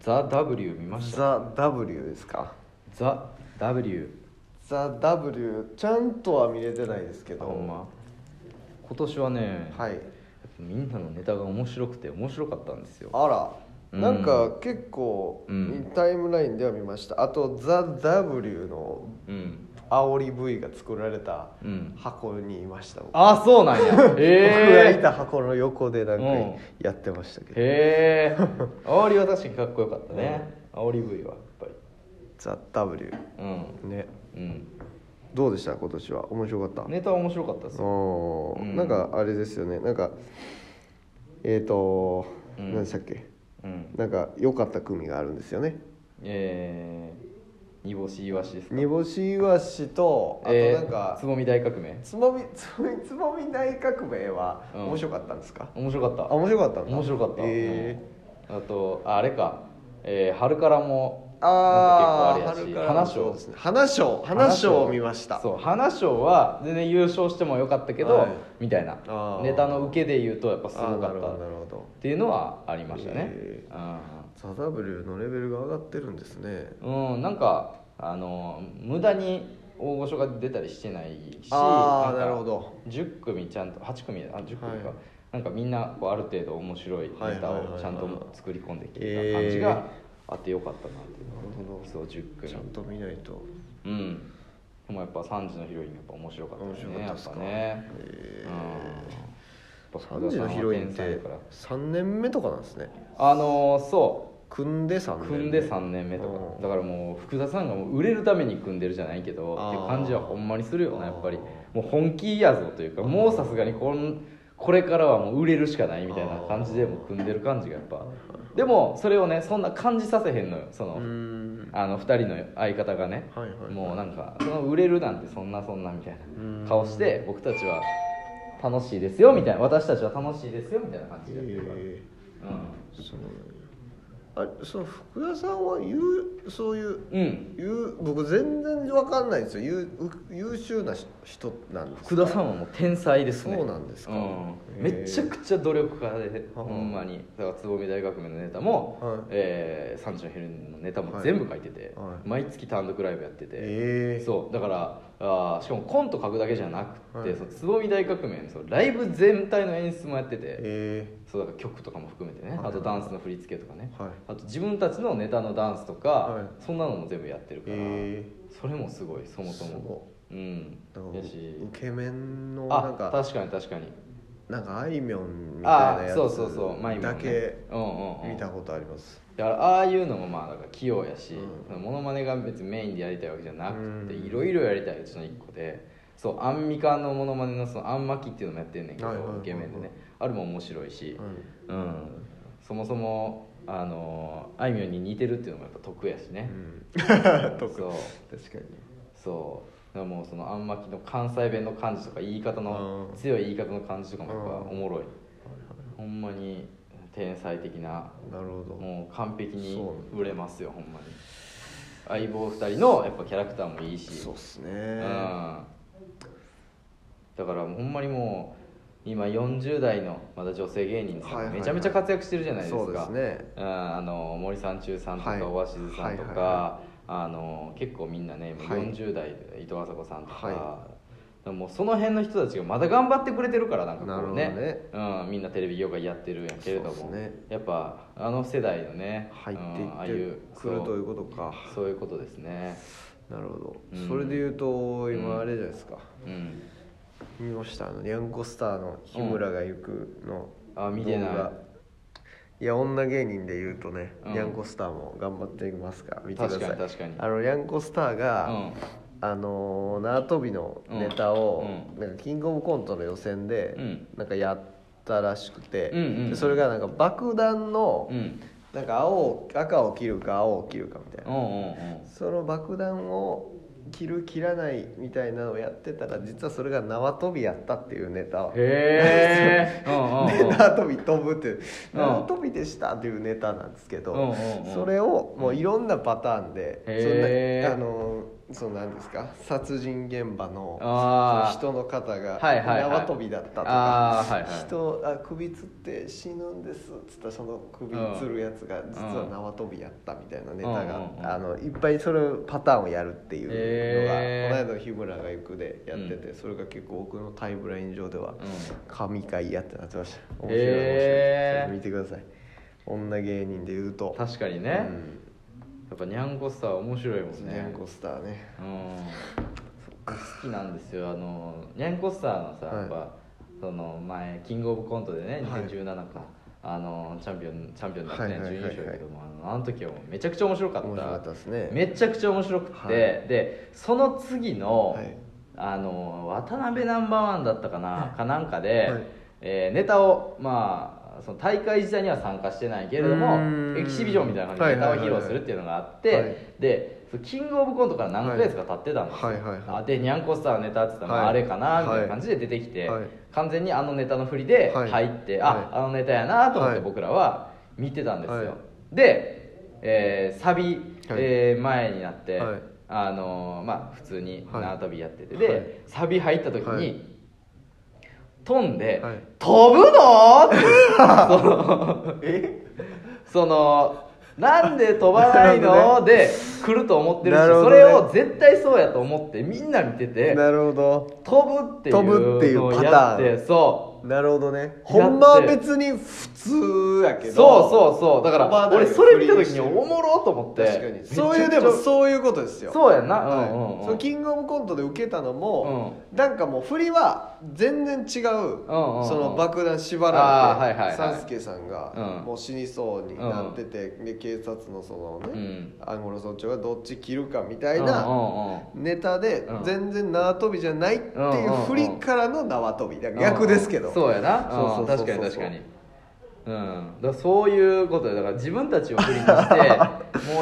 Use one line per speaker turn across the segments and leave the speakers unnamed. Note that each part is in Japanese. ザ・ W 見ました
ザ・ W ですか
ザ・ W
ザ・ W ちゃんとは見れてないですけど
ほんま今年はね、
はい
やっぱみんなのネタが面白くて面白かったんですよ
あら
うん
なんか結構、
うん
タイムラインでは見ましたあとザ・ W の
うん
煽り V が作られた
うん
箱にいました、 僕
あそうなんや
僕がい
へ
た箱の横でなんか
うん
やってましたけ
え
ど、
へえ煽りは確かにかっこよかったね煽り V はやっぱり
ザ・ W
う
ね
んうん
どうでした今年は面白かった、
ネタは面白かったですよ
おー
うん
なんかあれですよねなんかえっ、ー、と、
うん
何でしたっけ
うん
なんか良かった組があるんですよね
えー、煮干しイワシですか
煮干しイワシとあと
えー
なんか、
つぼみ大革命
つぼみ つぼみつぼみ大革命は
うん
面白かったんですか、
面白かった
あ面白かったんだ
面白かった、
え
うんあとああれか、えー春からも
ー、
な
ああ
んか結構あれやし
花
花賞
賞ですね花賞花賞を見ました
そう花賞は全然優勝してもよかったけど、
はい
みたいな
あー
ネタの受けで言うとやっぱすご
あー
か
な
っ
る
た
ほ
っ
どなるほど
ていうのはありましたね、
え
あ
ザ・ W のレベルが上がってるんですね
ーうんなんかあの無駄に大御所が出たりしてないし
あ
ん
あ
か
なるほど
10組ちゃんと8組あ10組か、
はい
なんかみんなこうある程度面白いネタ
はいはいはいは
を
い
ちゃんと作り込んできてた感じがあってよかったなっていうの
な
は
るほど
そう10組
ちゃんと見ないと
うんでもやっぱ3時のヒロインやっぱ面白かった
面
です
白
ね
かった
や
です
っ
か
ぱね
え
うん
3時のヒロインって
福田さんは天才やから
3年目とかなんですね
あのーそ
組んで3
う
年目
組んで3年目と
う
か
ん
だからもう福田さんがもう売れるために組んでるじゃないけど
あー
っていう感じはほんまにするよなやっぱり
あ
もう本気やぞというかもうさすがにこんこれからはもう売れるしかないみたいな感じでもう組んでる感じがやっぱでもそれをねそんな感じさせへんのよそうの
ーん
あの2人の相方がね、
はいはいはい
もうなんかその売れるなんてそんなそんなみたい
うん
な顔して僕たちは楽しいですよみたいな私たちは楽しいですよみたいな感じでやってるから、
え
う、
ーそうなんやあその福田さんは言うそういうん
うん、
言う僕全然わかんないんですよ優優秀なし人なんです
福田さんはもう天才ですね
そうなんですか
う
へえ
めちゃくちゃ努力家で
あ
ほんまにだから坪美大学名のネタも、
はい
えー三種のヒルのネタも
はい
全部書いてて、
はい
毎月単独ライブやってて、
ええ
そうだからあーしかもコント書くだけじゃなくて、
はい
そのつぼみ大革命のそのライブ全体の演出もやってて、
え
そうだから曲とかも含めてね、
はい
あとダンスの振り付けとかね、
はい
あと自分たちのネタのダンスとか、
は
そんなのも全部やってるから、
え
それもすごいそもそ
すご
もうん
だから
やし
イケメンのなん
あ
か
確かに確かに
なんかあいみょんみ
あ
たいな
あ
や
そうそうそう前
つだけ
うんうんうん
見たことあります
だからああいうのもまあなんか器用やし、
うん
そのモノマネが別にメインでやりたいわけじゃなくて
うん
いろいろやりたいうちの一個でそうアンミカのモノマネのそのアンマキっていうのもやってんねんけど、
はいはいはいはい
イケメンでねあれも面白いし、
う
うんそもそもあのあいみょんに似てるっていうのもやっぱ得やしね、
ん
そう
確かに
そうだからもうそのあんまきの関西弁の感じとか言い方の
うん
強い言い方の感じとかもやっぱ
う
お
ん
もろいほんまに天才的な
なるほど
もう完璧に
そう
売れますよほんまに相棒2人のやっぱキャラクターもいいし
そうっすね
うん、だからもうほんまにもう今40代のまだ女性芸人
はい
さ
はい
ん
はい
めちゃめちゃ活躍してるじゃないですか、
そうですね
うんあの森三中さんと
はい
かオアシズさんと
はいはい
か
は
あの結構みんなねもう
はい
40代で伊藤麻子さんとか、
は
もうその辺の人たちがまだ頑張ってくれてるからなんかこうね
なる
うん、みんなテレビ業界やってるんやけれど
そう
も、
ですね
やっぱあの世代のね
入っ
うんああ
て
い
いうってくるという
こ
ことか
とそういうことですね、
なるほど
うん
それで言うと
うん
今あれじゃないですか
うん、
見ましたあのニャンコスターの日村が行くの
あ見てない
動画いや女芸人で言うとね、
うん
ニャンコスターも頑張っていますから見てください
確かに確かに
あのニャンコスターが、
うん
あのー縄跳びのネタを、
う
なんかキングオブコントの予選で、
うん
なんかやったらしくて、
うんうんうん
でそれがなんか爆弾の、
うん
なんか青を赤を切るか青を切るかみたいな、
うんうんうん
その爆弾を切る切らないみたいなのをやってたら実はそれが縄跳びやったっていうネタ
へえうんうん
で縄跳び飛ぶっていう
うん
縄跳びでしたっていうネタなんですけど、
うんうんうん
それをもういろんなパターンで、
へー
そんなあのそのなんですか殺人現場の
あー
その人の方が
はいはいはい
縄跳びだったとか、
あーはいはい
人あ首つって死ぬんですっつったらその首つるやつが実は縄跳びやったみたいなネタが、
うんうんうん
あのいっぱいそれパターンをやるっていうのが、
へー
この間の日村が行くでやってて、それが結構僕のタイムライン上で
う
は
ん
神回やってなってました面白い面白い、
へー
それ見てください女芸人で言うと
確かにね、
う
や
ん
っぱニャンコスターは面白いもんね
ニャンコスターね
うん好きなんですよあのニャンコスターのさ、
はい
やっぱその前キングオブコントでね
はい
2017か、あのチャンピオンチャンピオンだった
はい
ね
はいはいはい
準優勝やけどもあのあの時はもうめちゃくちゃ面白かった
面白かったですね
めちゃくちゃ面白くて、
はい
でその次の、
はい
あの渡辺ナンバーワンだったかなかなんかで、
はい
えーネタをまあその大会自体には参加してないけれど
う
も
ーん
エキシビジョンみたいな感
は
じで
い
ネ
はい
タを
はいはい
披露するっていうのがあって、
はい
でそのキングオブコントから何ヶ月か経ってたんですよ、
はいはいはいはい
あでニャンコスターのネタって言ったら、まあ
はい
あれかなみたいな感じで出てきて、
はい
完全にあのネタの振りで
はい
入って、
はい
ああのネタやなと思って
はい
僕らは見てたんですよ、
はい
で、えーサビ、えー前になって、
はい
あのーまあ普通に
はい
縄跳びやってて、
はい
でサビ入った時に、
はい
飛んで、
はい
飛ぶのって そのそのなんで飛ばない
なるほ
の、で来ると思ってるし
なるほ
そ
どね
れを絶対そうやと思ってみんな見てて
なるほど
飛ぶっていう
飛ぶっていう
のを
パタ
やっ
ーン
てそ
なるほどねほんまは別に普通や
う
け
そう
ど
そうそうだか
飛ば
ら
ない
俺それ見た時
ふりして
に
る
おもろと思って
確かにそういうでも
そ
そういうことですよ
そうやんな、
はい
うんうんうん
そのキングオブコントで受けたのも、なんかもう振りは全然違う,、
うんうん
その爆弾縛
あー
ら
は
れ
い
て、
はいはい
サンスケさんが
うん
もう死にそうになってて、で警察のその
う
ね、
ん
アンゴラ村長がどっち切るかみたい
うん
な
うんうん
ネタで
うん
全然縄跳びじゃないって
うん
い
うんうん
う振りからの縄跳びだから逆ですけど、
うんそうやな
そう
うん
そうそ
確
う
かに
そう
確かにうん、だからそういうことでだから自分たちを振りに してもう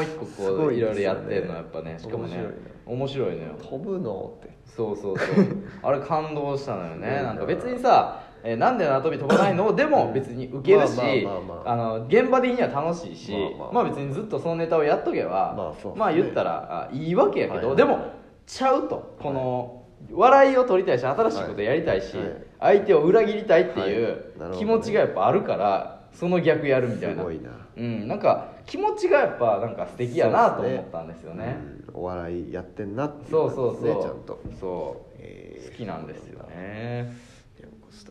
一個
す
こ
ご
うい
いで
ろい
すよね
ろやってるのはやっぱねしかもね面白いのよ
飛ぶのって
そうそうそう あれ感動したのよね
すごいな
なんか別にさ「えーなんで縄跳び飛ばない の?」でも別にウケるし
まあまあまあま
あの現場的には楽しいし
まあまあ
まあ別にずっとそのネタをやっとけば
まあそうですね
まあ言ったらあいいわけやけ
はいは
ど
い
でもちゃうとこの笑いを取りたいし新しいことやりたいし
はい
相手を裏切りたいってい
はいなるほど
う
ね
気持ちがやっぱあるからその逆やるみたい
す
な
ごいな
うんなんか気持ちがやっぱなんか素敵やなと思ったんですよね
うんお笑いやってんなってい
そううそう
感
そ
じですね
う
ちゃんと
そう
えー
好きなんですよね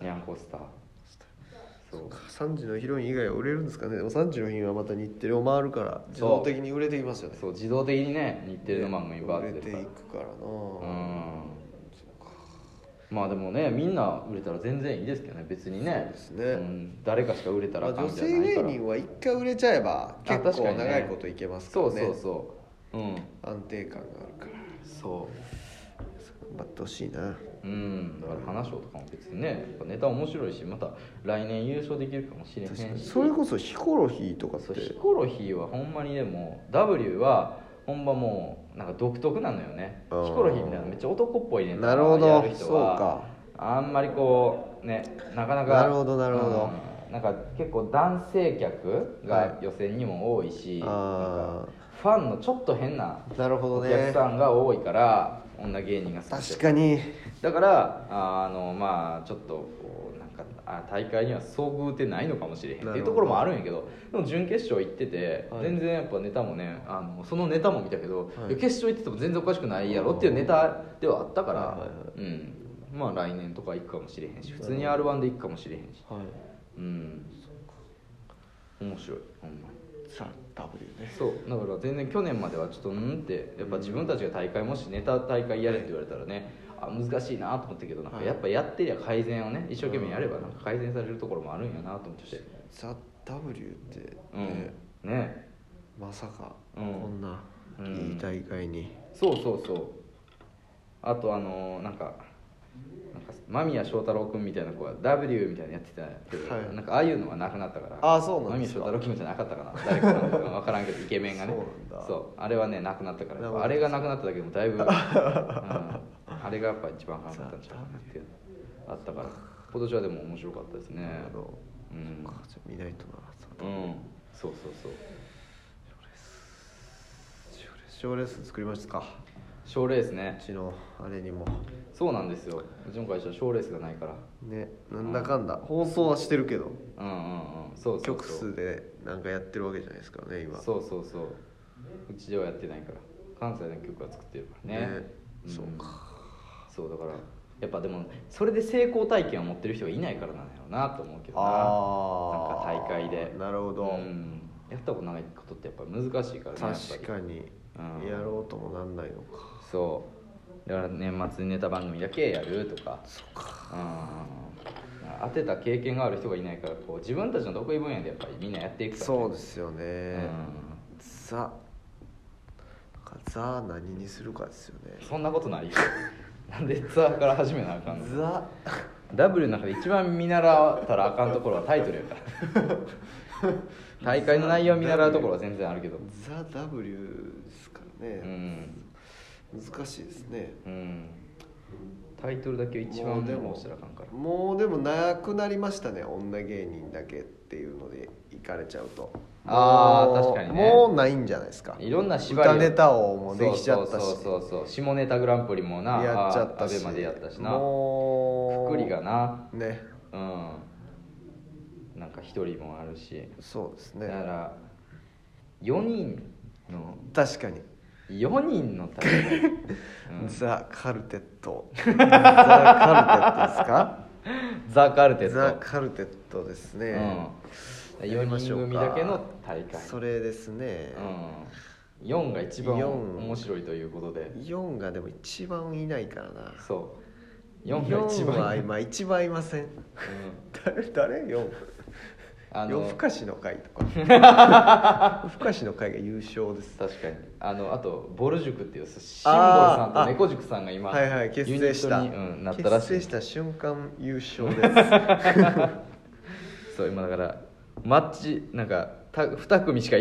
ニャ
ニャン
ンコスター
コスター
そうか3時のヒロイン以外は売れるんですかねでも3時のヒロインはまた日テレを回るから自動的に売れていきますよね
そう自動的にね日テレの番組バー
売
っ
れ
て
て
出
い
るから
くからな
うんまあでもねみんな売れたら全然いいですけどね別にね
そうですね
ん、誰かしか売れたら
まあ
あかん
女
じゃ
性
ないか
芸
ら、
人は一回売れちゃえば
あ
結
確か
構
にね
長いこといけますか
そ
ら
う
ね
そうそううん
安定感があるから
そ
頑張ってほしいな
ううんだから花賞とかも別にねやっぱネタ面白いしまた来年優勝できるかもしれへん
確かに
し
それこそヒコロヒーとかっ
そう
て
ヒコロヒーはほんまにでも W はほんまもうなんか独特なのよねヒ
あー
コロヒーみたいなめっちゃ男っぽいね
なるほど
やる人
そう
は
か
あんまりこうねなかなか
なるほどなるほど
うんなんか結構男性客が予選にも多いし、なん
あ
かファンのちょっと変な
なるほ
お
ど
客
ね
さんが多いから女芸人が好きって
確かに
だからあーあのまあちょっとこうなんかあ大会には遭遇ってないのかもしれへんって
な
いう
るほど
ところもあるんやけどでも準決勝行ってて、
はい
全然やっぱネタもねあのそのネタも見たけど、
はい
決勝行ってても全然おかしくないやろっていうネタではあったから、
はいはいは
うん、まあ来年とか行くかもしれへんし普通に r 1で行くかもしれへんし
はい
うん面白いほんまに。
さあ W ね
そうだから全然去年まではちょっとうんってやっぱ自分たちが大会もしネタ大会やれって言われたらねあ難しいなと思ったけどなんか
はい
やっぱやってりゃ改善をね一生懸命やればなんか改善されるところもあるんやなと思ってて
ザ・ W ってね、
うんね
まさか
う
こ
ん
んな
うん
いい大会に、
そうそうそうあとあのーなんかなんか間宮祥太朗君みたいな子は W みたいなのやってたけど、
はい
なんかああいうのはなくなったから
あーそうなんですか
間宮祥太朗君じゃなかったかな誰かなんか分からんけどイケメンがね
そうなんだ
うあれはねなくなったか
なる
ら
ほど
あれがなくなっただけでも だいぶ、うんあれがやっぱ一番早かったんちゃうかなっていうのあったから今年はでも面白かったですね
なるほど
うん
そっかじゃあ見ないとな
うんそうそうそう
賞レース作りましたか
賞レースね
うちのあれにも
そうなんですようちの会社は賞レースがないから
ねなんだかんだ放送はしてるけど
うんうんうんそうそうそう
曲数でなんかやってるわけじゃないですからね今
そうそうそううちではやってないから関西の曲は作ってるからね
ね
ん
そうか
そうだからやっぱでもそれで成功体験を持ってる人がいないからなんやろうなと思うけどな
あー
なんか大会で
なるほど
うんやったことないことってやっぱ難しいからねやっぱり
確かに
うん
やろうともなんないのか
そうだから年末にネタ番組だけやるとか
そうか
うん当てた経験がある人がいないからこう自分たちの得意分野でやっぱりみんなやっていくから
そうですよね
う
ザなんかザ何にするかですよね
そんなことないよなんでツアーから始めなあかんの
ザ
ダブルの中で一番見習ったらあかんところはタイトルやから大会の内容を見習うところは全然あるけど
ザ W ですから
う
ね
ん、
難しいですね
うん、タイトルだけを一番
もうで
で
も
もしたらあかんから
もうでもなくなりましたね女芸人だけっていうので行かれちゃうと
あー
もう
確かにね
もうないんじゃないですか
いろんな縛りを
歌ネタをもうできちゃったし
そうそうそうそう下ネタグランプリもな
やっちゃっ
あ
た
アベ
し
までやったしな
も
く
う
くりがな
ね
うんなんか一人もあるし、
そうです
だか
ね
ら4人の
確かに
4人の大会うん
ザ・カルテット ザ・カルテットですか
ザ・カルテット
ザ・カルテットですね、
うん、
やりま
4
し
人
ょう
組
か
だけの大会
それですね、
うん、4が一番
四
面白いということで
4がでも一番いないからな
そう4が一番
四は今一番いません誰誰 4?
あの
夜更かしの会とか 夜更かしの会が優勝です
確かにあのあとボル塾っていうシンボルさん
あー
と
あ
猫塾さんが今
はいはい結成した、
ユニットに、うん、なったらしい
結成した瞬間優勝です
そう今だからマッチなんかた2組しか